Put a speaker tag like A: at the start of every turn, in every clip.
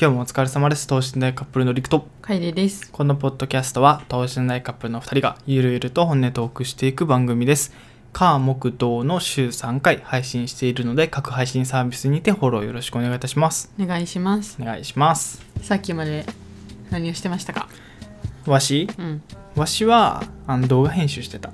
A: 今日もお疲れ様です等身大カップルのりくと
B: 楓です。
A: このポッドキャストは等身大カップルの2人がゆるゆると本音トークしていく番組です火木土の週3回配信しているので各配信サービスにてフォローよろしくお願いいたします
B: お願いします。
A: お願いします
B: さっきまで何をしてましたか
A: わし
B: うん。
A: わしはあの動画編集してた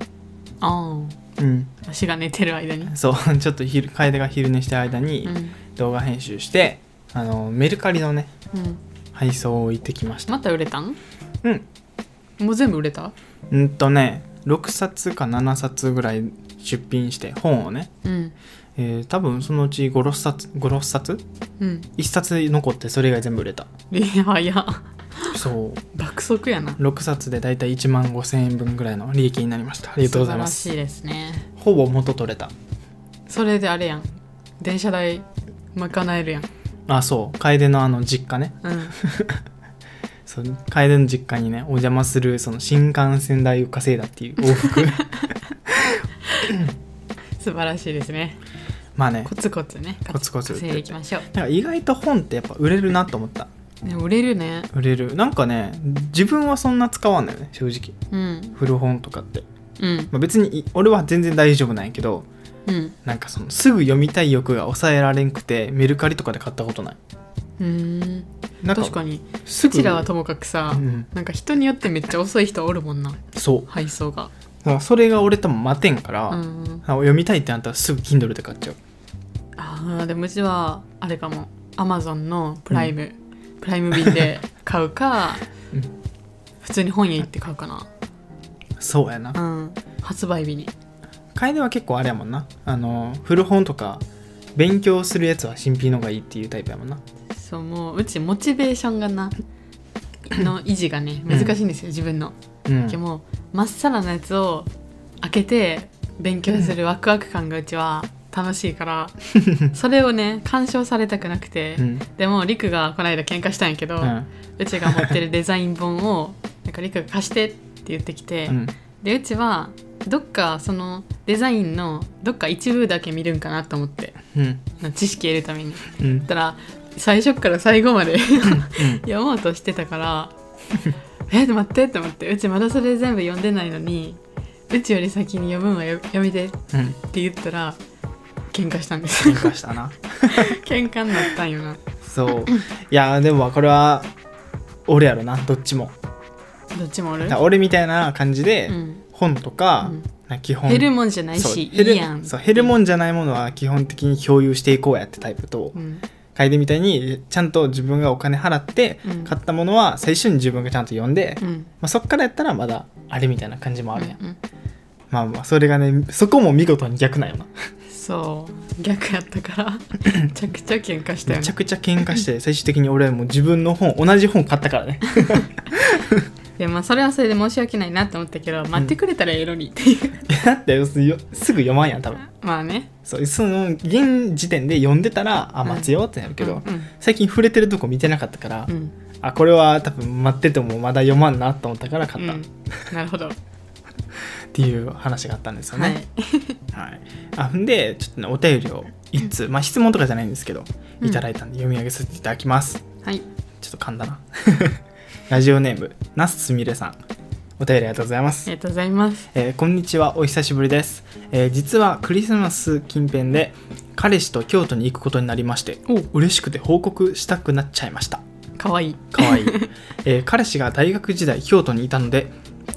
B: あ
A: うん
B: あ、足が寝てる間に。
A: そう ちょっと昼楓が昼寝した間に
B: うん。
A: 動画編集してあのメルカリのね
B: うん。
A: 配送を行ってきました
B: また売れたん
A: うん
B: もう全部売れた
A: うんとね6冊か7冊ぐらい出品して本をね、
B: うん。
A: えー多分そのうち56冊56冊
B: うん。
A: 1冊残ってそれ以外全部売れた
B: いや、早。
A: そ
B: 爆速やな。あ
A: う6冊でだいたい1万5000円分ぐらいの利益になりましたありがとうございます
B: 素晴らしいですね。
A: ほぼ元取れた
B: それであれやん。電車代賄えるやん。
A: あそう楓のあの実家ね
B: うん。
A: そう楓の実家にねお邪魔するその新幹線代を稼いだっていう往復
B: 素晴らしいですね。
A: まあね
B: コツコツね。
A: コツコツ売ってて
B: 稼いでいきましょ
A: なんか意外と本ってやっぱ売れるなと思った
B: う。ね、売れるね。
A: 売れるなんかね自分はそんな使わんのよね正直
B: うん。
A: 古本とかって、
B: うん。
A: まあ、別にい俺は全然大丈夫なんやけど
B: うん。
A: なんかそのすぐ読みたい欲が抑えられんくてメルカリとかで買ったことないう
B: ーん。
A: なん
B: 確かに。
A: す
B: う
A: ぐ
B: ちらはともかくさ、
A: うん
B: なんか人によってめっちゃ遅い人おるもんな
A: そう
B: 配送が
A: だからそれが俺多分待てんから、
B: う
A: あ
B: ん
A: 読みたいってなったらすぐ Kindle で買っちゃう
B: あーでもうちはあれかもアマゾンのプライム、プライム便 で買うか、
A: うん
B: 普通に本屋行って買うかな
A: そうやな
B: うん発売日に
A: 楓は結構あれやもんなあの古本とか勉強するやつは新品のがいいっていうタイプやもんな
B: そうもううちモチベーションがなの維持がね難しいんですよ、自分の、
A: うん
B: でもまっさらなやつを開けて勉強するワクワク感がうちは楽しいから それをね干渉されたくなくて、
A: うん
B: でもリクがこの間喧嘩したんやけど、
A: う
B: うんちが持ってるデザイン本をなんかリクが貸してって言ってきて、
A: うん
B: でうちはどっかそのデザインのどっか一部だけ見るんかなと思って
A: うん
B: な知識得るためにだ
A: うんうん
B: ったら最初から最後まで読もうとしてたから「え待って」って思ってうちまだそれ全部読んでないのにうちより先に読むんはよ読みてっ
A: うん
B: て言ったら喧嘩したんです
A: 喧嘩したな
B: 喧嘩になったんよな
A: そういやでもこれは俺やろなどっちも
B: どっちもおる
A: だから俺みたいな感じで、
B: うん
A: 本とか、
B: うん
A: なんか基本
B: 減るもんじゃない
A: そう
B: しい
A: 減る
B: いやん
A: そう減るもんじゃないものは基本的に共有していこうやってタイプと
B: うん
A: 楓みたいにちゃんと自分がお金払って
B: うん
A: 買ったものは最初に自分がちゃんと読んで、
B: う
A: ま
B: ん
A: あ、そっからやったらまだあれみたいな感じもあるやん、
B: うん
A: まあまあそれがねそこも見事に逆なんよな
B: そう逆やったから めちゃくちゃ喧嘩したよ
A: め
B: ね
A: ちゃくちゃ喧嘩して最終的に俺はもう自分の本同じ本買ったから ね
B: でまあそれはそれで申し訳ないなって思ったけど待ってくれたらええのにっていう、
A: だってよすぐ読まんやん多分
B: まあね
A: そうその現時点で読んでたらあ待つよってなるけど、
B: うん
A: 最近触れてるとこ見てなかったから、
B: うん、うん
A: あこれは多分待っててもまだ読まんなと思ったから買った
B: う
A: っ
B: んなるほど、
A: ていう話があったんですよ
B: はい
A: ね。はいあんでちょっとねお便りを一通、まあ、質問とかじゃないんですけど
B: うん
A: いただいたんで読み上げさせていただきます。
B: はい
A: ちょっと噛んだな。 ラジオネームなすすみれさんお便りありがとうございま
B: あり
A: す。
B: がとうございます
A: えーこんにちはお久しぶりです、えー実はクリスマス近辺で彼氏と京都に行くことになりまして嬉しくて報告したくなっちゃいました
B: かわいい
A: かわいい、えー彼氏が大学時代京都にいたので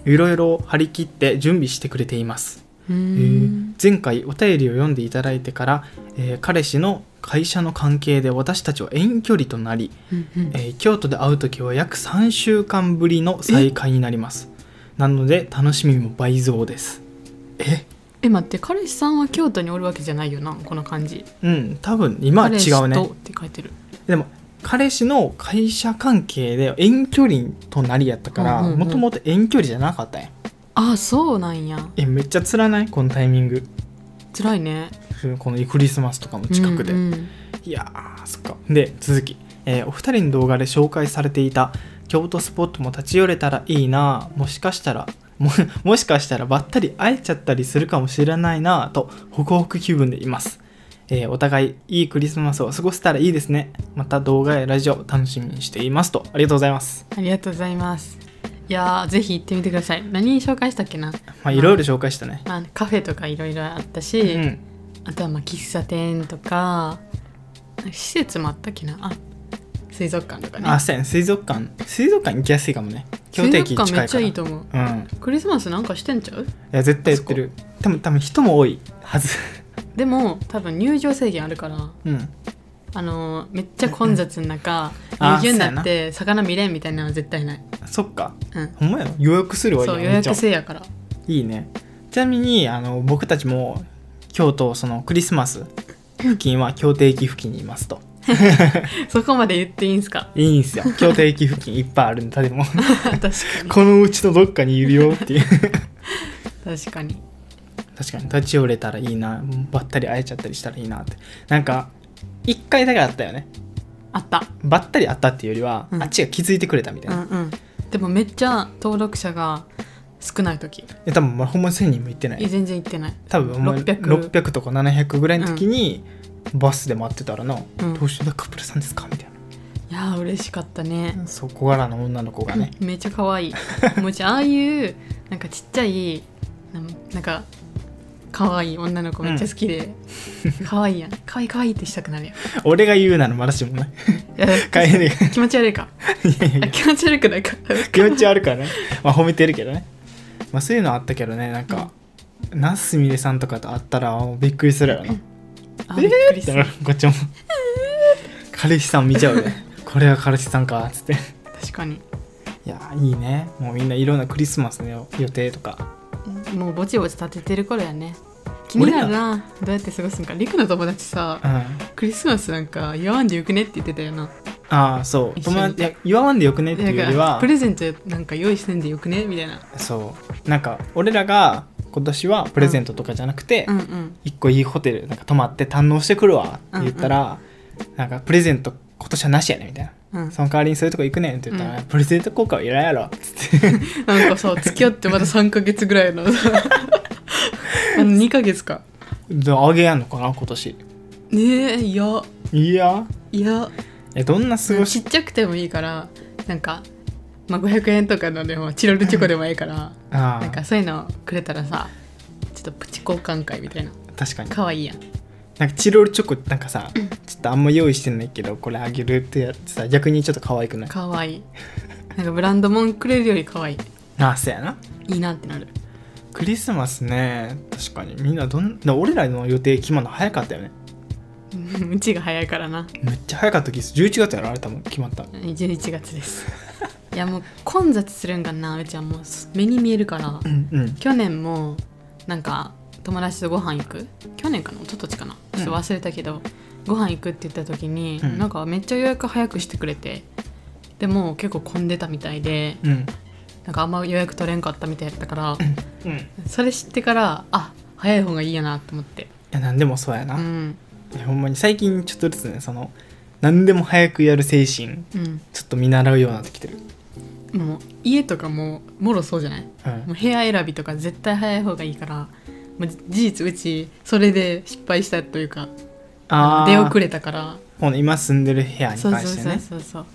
A: いろいろ張り切って準備してくれています、
B: うー
A: えー
B: ん
A: 前回お便りを読んでいただいてから、えー彼氏の会社の関係で私たちは遠距離となり、
B: うんうん
A: えー京都で会う時は約3週間ぶりの再会になりますなので楽しみも倍増ですえ
B: え待って彼氏さんは京都におるわけじゃないよなこの感じ
A: うん多分今は
B: 彼
A: 違
B: 氏
A: う
B: と
A: ね
B: って書いてる
A: でも彼氏の会社関係で遠距離となりやったから
B: うんうんうん
A: もともと遠距離じゃなかったんや
B: ああそうなんや
A: えめっちゃつらないこのタイミング
B: 辛いね
A: このクリスマスとかも近くで、
B: うんうん
A: いやーそっかで続き、えーお二人の動画で紹介されていた京都スポットも立ち寄れたらいいなもしかしたらも もしかしたらばったり会えちゃったりするかもしれないなとホクホク気分でいますえーお互いいいクリスマスを過ごせたらいいですねまた動画やラジオ楽しみにしていますとありがとうございます
B: ありがとうございますいやーぜひ行ってみてください何紹介したっけな、
A: まあいろいろ紹介したね
B: まあ、カフェとかいろいろあったし、
A: うん
B: あとはまあ喫茶店とか施設もあったっけなあ水族館とかね
A: あそうやね水族館水族館行きやすいかもね京
B: 水
A: 都
B: 族
A: 駅近い
B: 館
A: から
B: めっちゃいいと思う
A: うん
B: クリスマスなんかしてんちゃう
A: いや絶対言ってる多分多分人も多いはず
B: でも多分入場制限あるから
A: うん
B: あのーめっちゃ混雑の中
A: あー
B: 入場になって魚見れんみたいなのは絶対ない、
A: そっか
B: うん、
A: ほんまや予約するわ
B: そう
A: いい
B: 予
A: やん
B: 約制やから
A: いいねちなみにあの僕たちも京都そのクリスマス付近は京都駅付近にいますと
B: そこまで言っていいんすか
A: いいんす よ京都駅付近いっぱいあるんだでも
B: 確かに
A: このうちのどっかにいるよっていう
B: 確かに
A: 確かに立ち寄れたらいいなばったり会えちゃったりしたらいいなってなんか一回だけあったよね
B: あった
A: ばったり会ったっていうよりは、
B: うん
A: あっちが気づいてくれたみたいうな、
B: んうんでもめっちゃ登録者が少ない時
A: え多分まあほんまに1000人も行ってない
B: え全然行ってない
A: 多分お前
B: 600
A: 600とか700ぐらいの時にバスで待ってたらな「
B: うん
A: どうしてだカップルさんですか?」みたい
B: いやー嬉しかったね
A: なそこからの女の子がね
B: めっちゃ可愛いもうじゃあああいうなんかちっちゃいなんなんか可愛い女の子めっちゃ好きで、可愛いやん可愛い可愛いってしたくな るやんい
A: 俺が言うならまだし もね
B: や
A: 帰れね
B: 気持ち悪いか
A: えいやいやい
B: あ
A: や
B: 気持ち悪くない か
A: 気持ち悪いからねまあ褒めてるけどねまあそういうのあったけどねなんか、なすみれさんとかと会ったらもうびっくりするやろな、
B: あびっくりす
A: だ
B: る
A: からこっ ちも彼氏さん見ちゃう ねこれは彼氏さんかっつってい
B: 確かに
A: やいいねもうみんないろんなクリスマスの予定とか
B: もうぼちぼち立ててる頃やね気になるなどうやって過ごすんかりくの友達さ
A: うん
B: クリスマスなんか祝わんでよくねって言ってたよな
A: ああそう
B: 一緒
A: 友
B: に
A: 達いや祝わんでよくねっていうより
B: なんか
A: は
B: プレゼントなんか用意してんでよくねみたいな
A: そうなんか俺らが今年はプレゼントとかじゃなくて、
B: うんうん
A: 一個いいホテルなんか泊まって堪能してくるわって言ったら、なんかプレゼント今年はなしやねみたいな、
B: うん
A: その代わりにそういうとこ行くねんって言ったら、
B: う
A: プレゼント効果はいらんやろっつって
B: なんかさ付き合ってまだ3ヶ月ぐらいのあの2ヶ月か
A: であげやんのかな今年
B: ねえいや
A: いや
B: いや
A: えどんな過ご
B: ち
A: し
B: っちゃくてもいいからなんか、まあ、500円とかのでもチロルチョコでもいいから
A: あ
B: なん
A: あ
B: かそういうのくれたらさちょっとプチ交換会みたいな
A: 確かに
B: 可愛いやん
A: なんかチロルチョコなんかさちょっとあんま用意してないけどこれあげるってやつさ逆にちょっと可愛くない
B: 可愛いなんかブランドもんくれるより可愛い
A: ああそうやない
B: いなってなる
A: クリスマスね確かにみんなどんな俺らの予定決まるの早かったよね
B: うんうちが早いからな
A: めっちゃ早かった気がする11月やろあれ多分決まった
B: 11月ですいやもう混雑するんかなうちはもう目に見えるから
A: うんうん
B: 去年もなんか友達とご飯行く去年かな一昨年かなちょっと忘れたけど、ご飯行くって言った時に、
A: うん
B: なんかめっちゃ予約早くしてくれてでも結構混んでたみたいで
A: うん
B: なんかあんま予約取れんかったみたいやったから
A: うんい
B: それ知ってからあ早い方がいいやなと思って
A: や何でもそうやな、
B: うん
A: いやほんまに最近ちょっとずつねその何でも早くやる精神
B: うん
A: ちょっと見習うようになってきてる
B: もう家とかももろそうじゃないも
A: うん
B: う部屋選びとか絶対早い方がいいからもう事実うちそれで失敗したというか
A: あ
B: 出遅
A: れ
B: れたから
A: この今住んでる部屋に
B: そう
A: 関
B: そう
A: して
B: そう
A: ね
B: そうそう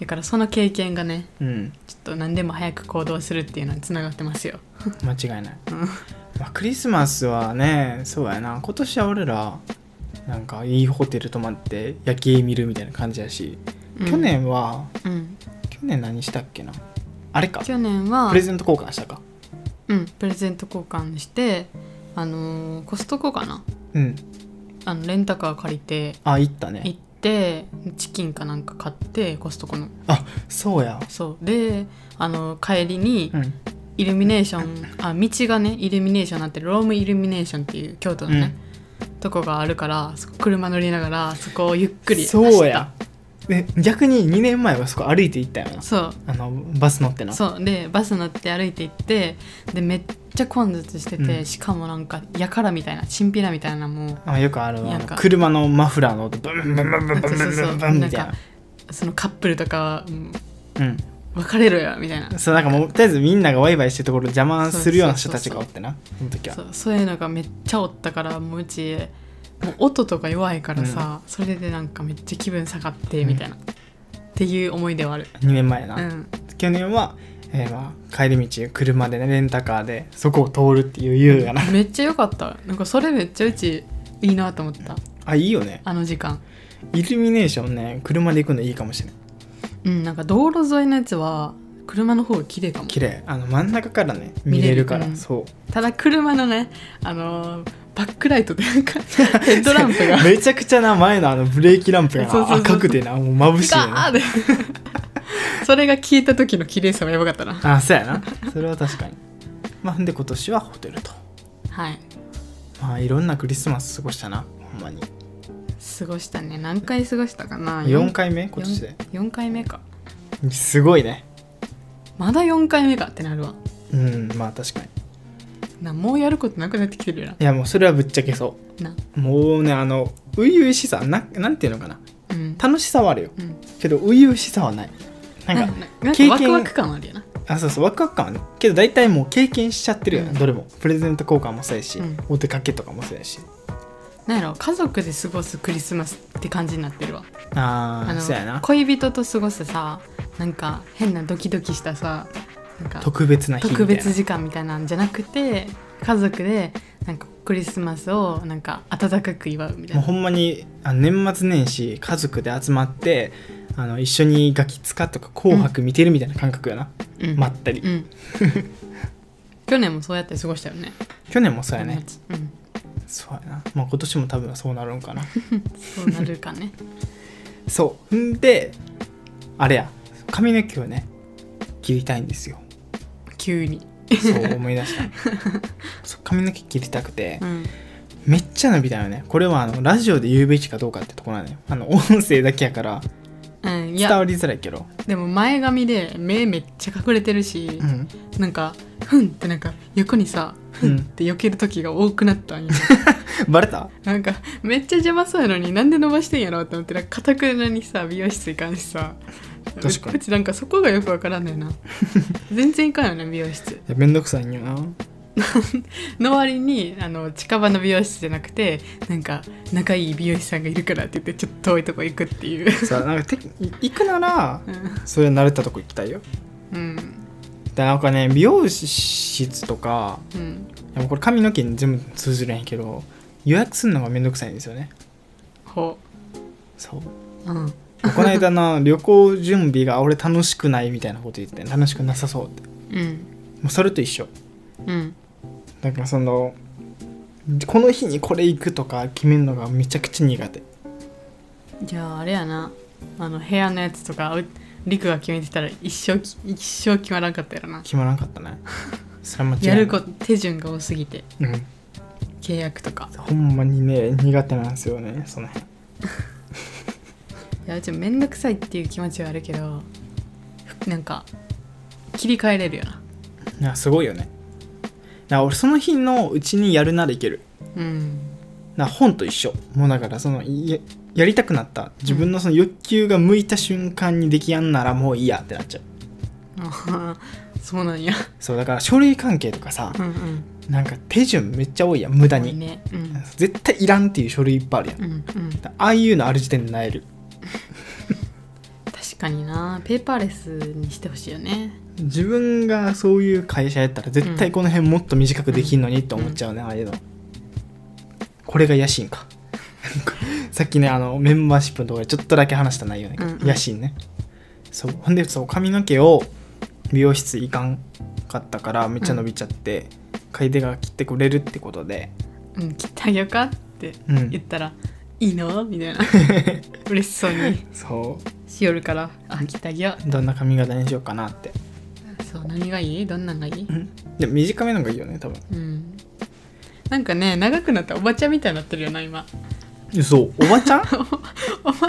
B: だからその経験がね
A: うん
B: ちょっと何でも早く行動するっていうのにつながってますよ
A: 間違いない、
B: うん
A: まあ、クリスマスはねそうやな今年は俺らなんかいいホテル泊まって夜景見るみたいな感じやし、去、年は
B: うんうん
A: 去年何したっけなあれか
B: 去年は
A: プレゼント交換したか
B: うん、プレゼント交換してあのーコストコかな
A: うん
B: あのレンタカー借りて
A: あ行った
B: 行
A: ね
B: ってチキンかなんか買ってコストコの
A: あそうや
B: そうであの帰りに
A: うん
B: イルミネーション、あ道がねイルミネーションになってるロームイルミネーションっていう京都のね、とこがあるからそこ車乗りながらそこをゆっくり走った
A: そうやで逆に2年前はそこ歩いて行ったよな
B: そう
A: あのバス乗ってな
B: そうでバス乗って歩いて行ってでめっちゃ混雑してて、
A: うん
B: しかもなんかやからみたいなチンピラみたいなも
A: あよくあるあ
B: なん
A: の
B: か
A: 車のマフラーの音ブンブンブンブンブンブンブ
B: そうそうそう
A: ンブンみたい
B: な
A: なん
B: うそのカップルとかはうん
A: うん
B: 別れろよみたいな
A: そうなんかもうとりあえずみんながワイワイしてるところ邪魔するような人たちがおってなその時は
B: そうそういうのがめっちゃおったからもううちもう音とか弱いからさ、それでなんかめっちゃ気分下がってみたいな、っていう思い出はある
A: 2年前な、
B: うん
A: 去年は、えーまあ、帰り道車でねレンタカーでそこを通るっていう優雅な
B: めっちゃ良かったなんかそれめっちゃうちいいなと思った
A: あいいよね
B: あの時間
A: イルミネーションね車で行くのいいかもしれない
B: うんなんか道路沿いのやつは車の方が綺麗かも
A: 綺麗あの真ん中からね見れるから
B: 見れるうん
A: そう
B: ただ車のねあのーバックライトという かヘッドランプが
A: めちゃくちゃな前のあのブレーキランプが
B: そうそうそうそう
A: 赤くてなもう眩しいよね
B: ガーッてそれが効いた時の綺麗さはやばかったな
A: あそうやなそれは確かにまあほんで今年はホテルと
B: はい
A: まあいろんなクリスマス過ごしたなほんまに
B: 過ごしたね何回過ごしたかな
A: 4回目今年で
B: 4回目か
A: すごいね
B: まだ4回目かってなるわ
A: うんまあ確かに
B: なもうやることなくなってきてるよ
A: いやもうそれはぶっちゃけそ
B: なな
A: うもうねあの初々しさななんていうのかな
B: うん
A: 楽しさはあるよ
B: うん
A: けど初々しさはないなんか
B: なんか
A: 経験
B: ワクワク感はあるよな
A: あそうそうワクワク感はねけど大体もう経験しちゃってるよね、
B: うん
A: どれもプレゼント交換もそうやし、
B: うん
A: お出かけとかもそうやし
B: なんやろ家族で過ごすクリスマスって感じになってるわ
A: あ
B: あ
A: あ
B: の
A: そうやな
B: 恋人と過ごすさなんか変なドキドキしたさなんか
A: 特別な日みた
B: 特
A: いな
B: 別時間みたいなんじゃなくて家族でなんかクリスマスをなんか温かく祝うみたい
A: もう
B: な
A: ほんまにあの年末年始家族で集まってあの一緒にガキ使とか「紅白」見てるみたいな感覚やな、
B: うん、
A: まったり、
B: うん 去年もそうやって過ごしたよね
A: 去年もそうやね、
B: うん、
A: そうやな、まあ、今年も多分そうなるんかな
B: そうなるか ね
A: そうんであれや髪の毛をね切りたいんですよ
B: 急に、
A: そう思い出した そう髪の毛切りたくて、
B: うん、
A: めっちゃ伸びたよねこれはあのラジオで言うべきかどうかってとこなのよあの音声だけやから
B: うん、い
A: 伝
B: や
A: わりづらいけど
B: でも前髪で目めっちゃ隠れてるし、
A: うん
B: なんかふんってなんか横にさふんって避ける時が多くなったんよ
A: バレた
B: なんかめっちゃ邪魔そうやのになんで伸ばしてんやろって思ってなんかたくなにさ美容室行かんしさ
A: 確かに
B: うちなんかそこがよくわからんのよ な全然行かんよね美容室
A: いやめんどくさいんよな
B: の割にあの近場の美容室じゃなくてなんか仲いい美容師さんがいるからって言ってちょっと遠いとこ行くっていう
A: さなんかて行くなら
B: うん
A: それ慣れたとこ行きたいよ
B: うん
A: でなんかね美容室とか
B: うん
A: いやもうこれ髪の毛に全部通じるんやけど予約するのがめんどくさいんですよね
B: ほ
A: そう
B: ううん
A: この間の旅行準備が俺楽しくないみたいなこと言ってて楽しくなさそうっても
B: うん
A: うそれと一緒
B: うん
A: だからそのこの日にこれ行くとか決めるのがめちゃくちゃ苦手
B: じゃああれやなあの部屋のやつとかうリクが決めてたら一生き一生決まらんかったやろな
A: 決まらんかったね それは間違いな
B: や
A: い
B: ること手順が多すぎて
A: うん
B: 契約とか
A: ほんまにね苦手なんですよねその辺
B: いやうちも面倒くさいっていう気持ちはあるけどふなんか切り替えれるよない
A: やすごいよねだから俺その日のうちにやるならいける
B: うん
A: な本と一緒もうだからそのややりたくなった自分のその欲求が向いた瞬間にできやんならもういいやってなっちゃう
B: あははそうなんや
A: そうだから書類関係とかさ
B: うんうん
A: なんか手順めっちゃ多いやん無駄
B: 多い
A: に
B: ねうん
A: 絶対いらんっていう書類いっぱいあるやん
B: うんうん
A: だああいうのある時点でなえる
B: 確かになペーパーレスにしてほしいよね
A: 自分がそういう会社やったら絶対この辺もっと短くできんのにって思っちゃうね、ああいうのこれが野心か さっきねあのメンバーシップのところでちょっとだけ話した内容だけど、
B: うんうん
A: 野心ねそうほんでそう髪の毛を美容室行かんかったからめっちゃ伸びちゃって、楓が切ってくれるってことで
B: うん切ってあげようかって
A: うん
B: 言ったらいいのみ たいな嬉しそうに
A: そ
B: しよるからあ切ってあげよ
A: うどんな髪型にしようかなって、
B: うそう何がいいどんなんがいい
A: うん、でも短めのがいいよね多分
B: うんなんかね長くなったおばちゃんみたいになってるよな今
A: そうおばちゃん
B: おば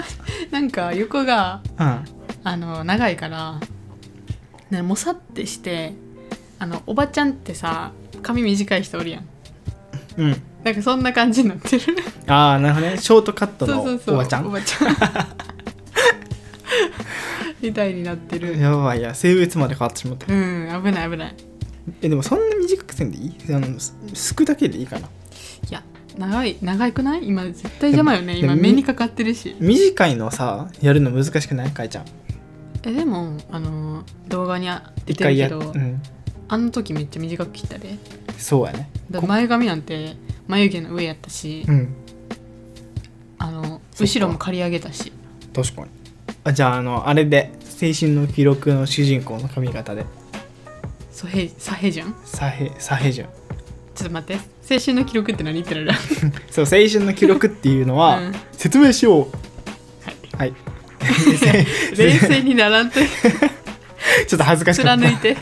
B: なんか横が
A: うん
B: あの長いからねもさってしてあのおばちゃんってさ髪短い人おるやん
A: うん
B: なんかそんな感じになっ てる
A: ああなるほどねショートカット
B: そう
A: の
B: そうそう
A: おばちゃん
B: おばちゃん みたいになってる
A: やばいや性別まで変わってしまった
B: うん危ない危ない
A: えでもそんな短くせんでいいあのすすくだけでいいかない
B: や長い長くない今絶対邪魔よね
A: でも
B: 今目にかかってるし
A: 短いのさやるの難しくないかいちゃん
B: えでもあの動画にあ出
A: 一
B: てる
A: 回
B: け
A: や
B: ど、
A: うん
B: あの時めっちゃ短く切ったで
A: そうやね
B: だ
A: こ
B: 前髪なんて眉毛の上やったし、
A: うん
B: あの
A: そっか
B: 後ろも刈り上げたし
A: 確かにあじゃああのあれで「青春の記録」の主人公の髪型で
B: ソヘサヘじゃん
A: サヘサヘジュン
B: ちょっと待って青春の記録って何言ってる
A: そう青春の記録っていうのは、
B: うん
A: 説明しようはい、
B: 冷静にならん と
A: ちょっと恥ずかしかった
B: 貫いて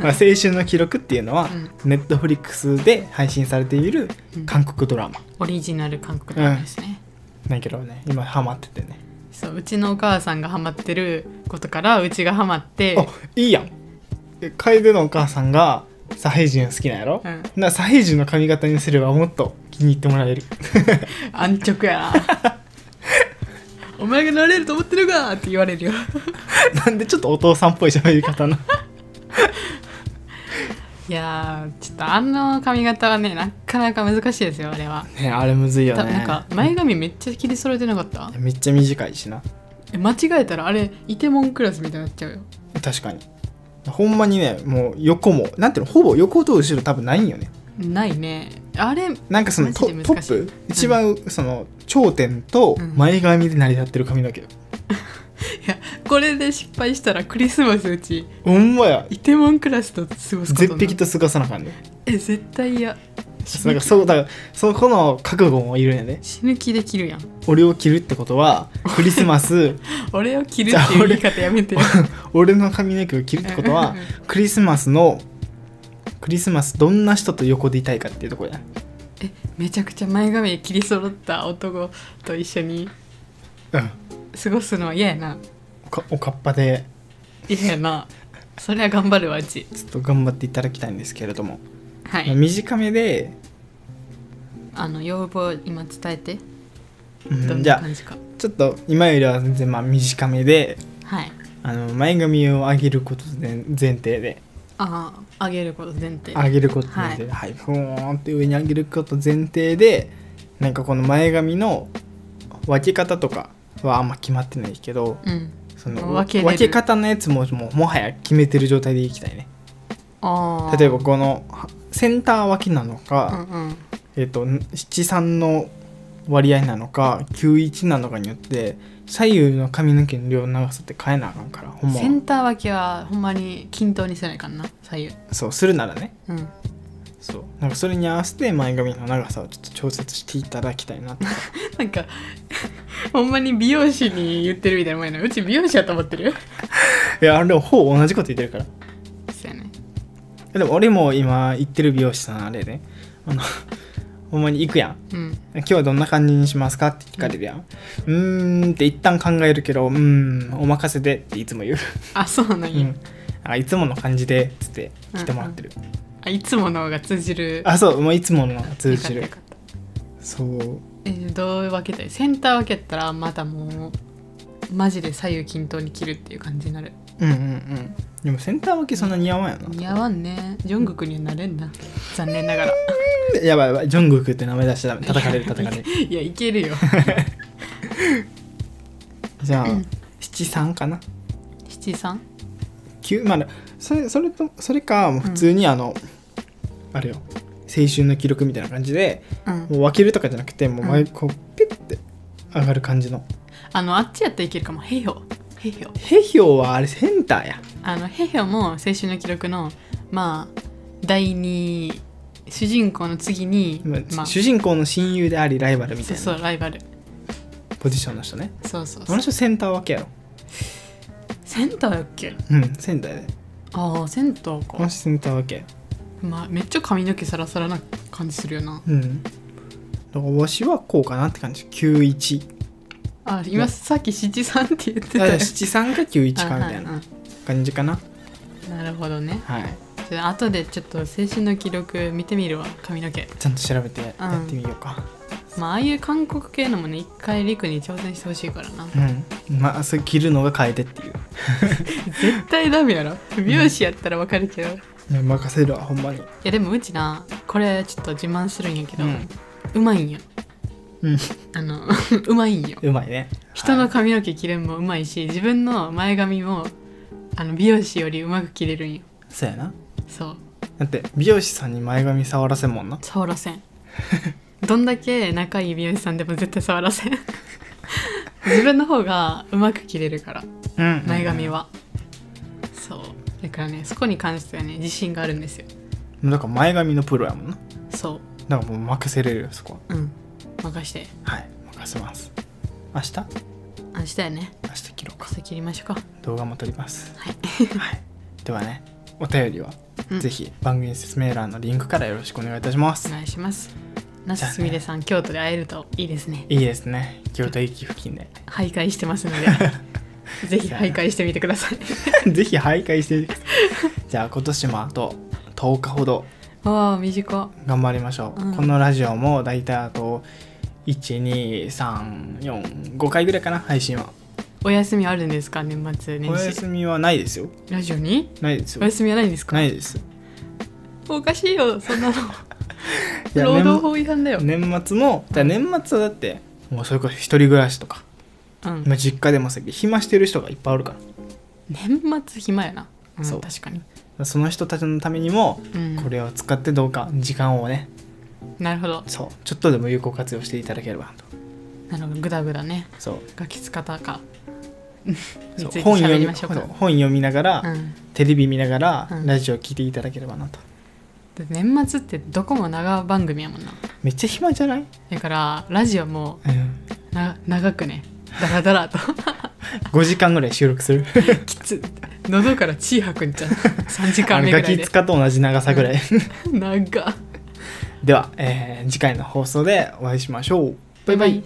A: まあ、青春の記録っていうのは、ネットフリックスで配信されている
B: うん
A: 韓国ドラマ、
B: オリジナル韓国ドラマですね、
A: なんやけどね今ハマっててね
B: そううちのお母さんがハマってることからうちがハマって
A: あいいやんえ楓のお母さんがサヘイジュン好きなんやろ、
B: うん
A: なサヘイジュンの髪型にすればもっと気に入ってもらえる
B: 安直やなお前がなれると思ってるかって言われるよ
A: なんでちょっとお父さんっぽい喋り 方な
B: いやーちょっとあの髪型はねなかなか難しいですよあれは、
A: ねあれむずいよ
B: た
A: ね
B: なんか前髪めっちゃ切り揃えてなかった
A: めっちゃ短いしな
B: え間違えたらあれイテモンクラスみたいになっちゃうよ
A: 確かにほんまにねもう横もなんていうのほぼ横と後ろ多分ないんよね
B: ないねあれ
A: なんかその
B: マジ
A: ト
B: で難しい
A: トップ、
B: うん
A: 一番その頂点と
B: うん
A: 前髪で成り立ってる髪の毛、
B: これで失敗したらクリスマスうち
A: ほんまや
B: イテモンクラスと過ごすこと
A: 絶壁
B: と
A: と過ごさなあかんね
B: え絶対嫌
A: なんかそうだからそこの覚悟もいるんやで
B: 死ぬ気で切るやん
A: 俺を着るってことは クリスマス
B: 俺を切るっていう言い方やめてよ
A: 俺の髪の毛を着るってことはクリスマスのクリスマスどんな人と横でいたいかっていうところや
B: え めちゃくちゃ前髪切り揃った男と一緒に
A: うん
B: 過ごすのは嫌やな
A: おかおかっぱで
B: 嫌やなそれは頑張るわうち
A: ちょっと頑張っていただきたいんですけれども、ま
B: は
A: あ
B: い
A: 短めで、
B: あの要望今伝えて
A: う
B: どん
A: ん、じ
B: な
A: ゃあ
B: 感じか
A: ちょっと今よりは全然まあ短めで
B: はい
A: あの前髪を上げることで前提で
B: ああ上げること前提
A: 上げること前提ではい、ふーんって上に上げること前提でなんかこの前髪の分け方とかはあんま決まってないけど
B: うん
A: その
B: 分けれる
A: 分け方のやつももうもはや決めてる状態でいきたいね
B: ああ
A: 例えばこのはセンター分けなの
B: う
A: か、
B: んうん
A: えっと73の割合なのか91なのかによって左右の髪の毛の量の長さって変えなあかんからほんま
B: センター分けはほんまに均等にせないかんな左右
A: そうするならね
B: うん
A: そうなんかそれに合わせて前髪の長さをちょっと調節して いただきたいなと
B: なんかほんまに美容師に言ってるみたいなもんやなうち美容師やと思ってる
A: いやでもほぼ同じこと言ってるから
B: そうやね
A: でも俺も今行ってる美容師さんあれねあの ほんまに行くやん
B: うん
A: 今日はどんな感じにしますかって聞かれるやんうーんって一旦考えるけどうーんお任せでっていつも言う、
B: あそうなん
A: う
B: や、
A: ん、あいつもの感じでっつって来てもらってる、
B: あいつものが通じる
A: あそうもういつものが通じ
B: よ
A: る
B: かったよかった
A: そう
B: えどう分けたいセンター分けたらまたもうマジで左右均等に切るっていう感じになる
A: うんうんうんでもセンター分けそんな似合わんやな
B: 似合わんねジョングクにはなれんな残念な がら
A: やばいやばいジョングクって名前出しちゃダメ叩かれる叩かれ る
B: いやいけるよ
A: じゃあ七三かな
B: 七三
A: 九まあそれそれとそれかもう普通にあの、あれよ青春の記録みたいな感じで
B: うん
A: もう分けるとかじゃなくてもう前
B: うん
A: こうピュッて上がる感じの
B: あのあっちやったらいけるかもヘヒョヘヒョ
A: ヘヒョはあれセンターや
B: あのヘヒョも青春の記録のまあ第二主人公の次に、
A: まあ
B: まあ、そ
A: 主人公の親友でありライバルみた
B: う
A: い
B: そ
A: な
B: うライバル
A: ポジションの人ね
B: そうそう
A: あ
B: そう
A: の人センターわけやろ
B: センターやっけ
A: うんセンターやで
B: ああセンターか
A: この人センターわけ
B: まあ、めっちゃ髪の毛サラサラな感じするよな
A: うんだからわしはこうかなって感じ91
B: あ今さっき七三って言ってたよ
A: 七三か91かみたい
B: あは
A: ない感じかな
B: うんなるほどね
A: はい
B: じゃあ後でちょっと青春の記録見てみるわ髪の毛
A: ちゃんと調べてや
B: うん
A: やってみようか
B: まあああいう韓国系のもね一回陸に挑戦してほしいから な
A: うんまあそれ着るのが変えてっていう
B: 絶対ダメやろ美容師やったらわかるけど、い
A: いや任せるわほんまに
B: やでもうちなこれちょっと自慢するんやけど、
A: うん
B: うまいんよ
A: うん
B: あの うまいんよ
A: うまいね
B: 人
A: は
B: の
A: い
B: 髪の毛切れんもうまいし自分の前髪もあの美容師よりうまく切れるんよ
A: そうやな
B: そう
A: だって美容師さんに前髪触らせんもんな
B: 触 らせんどんだけ仲いい美容師さんでも絶対触らせん 自分の方がうまく切れるから
A: うん
B: 前髪は、そうだからねそこに関してはね自信があるんですよ
A: だから前髪のプロやもんな
B: そ
A: だからもう任せれるよそこは
B: ううん任して
A: はい任せます明日
B: 明日やね
A: 明日切ろうか
B: 朝切りましょうか
A: 動画も撮ります
B: はい
A: はいではねお便りは、
B: うん
A: ぜひ番組説明欄のリンクからよろしくお願いいたします、
B: お願いしますなすすみれさん、京都で会えるといいですね
A: いいですね京都駅付近で
B: 徘徊してますのでぜひ徘徊してみてください
A: ぜひ徘徊してみ てくださいじゃあ今年もあと10日ほど
B: わあ短
A: 頑張りましょう、
B: うん
A: このラジオもだいたいあと12345回ぐらいかな配信は
B: お休みあるんですか年末年
A: お
B: 始
A: 休みはないですよ
B: ラジオに
A: ないです
B: お
A: よ
B: 休みはないんですか
A: ないです
B: おかしいよそんなの
A: いや
B: 労働法違反だよ、
A: 年年末もだから年末はだってもうそれこそ一人暮らしとか
B: うん、
A: まあ実家でもさ暇してる人がいっぱいおるから
B: 年末暇やな、うん、
A: そう
B: 確かに、
A: その人たちのためにも
B: うん、
A: これを使ってどうか時間をね
B: なるほど
A: そうちょっとでも有効活用していただければなと
B: なるほどグダグダね
A: そう
B: ガキ使ったか
A: そ
B: に
A: う
B: ついて
A: 本
B: 喋
A: 読み
B: りましょう
A: そう
B: か
A: 本読みながら、
B: うん
A: テレビ見ながら、
B: うん
A: ラジオ聞いていただければなと
B: で年末ってどこも長番組やもんな
A: めっちゃ暇じゃない、
B: だからラジオも
A: うん、
B: な長くねダラダラと
A: 5時間ぐらい収録 する
B: きつ喉から血吐くんちゃう3時
A: あ
B: 間
A: の
B: 目ぐ
A: ガ
B: らい
A: キ
B: で
A: 使と同じ長さぐらい、
B: 長っ
A: では、えー次回の放送でお会いしましょうバイバイ
B: イ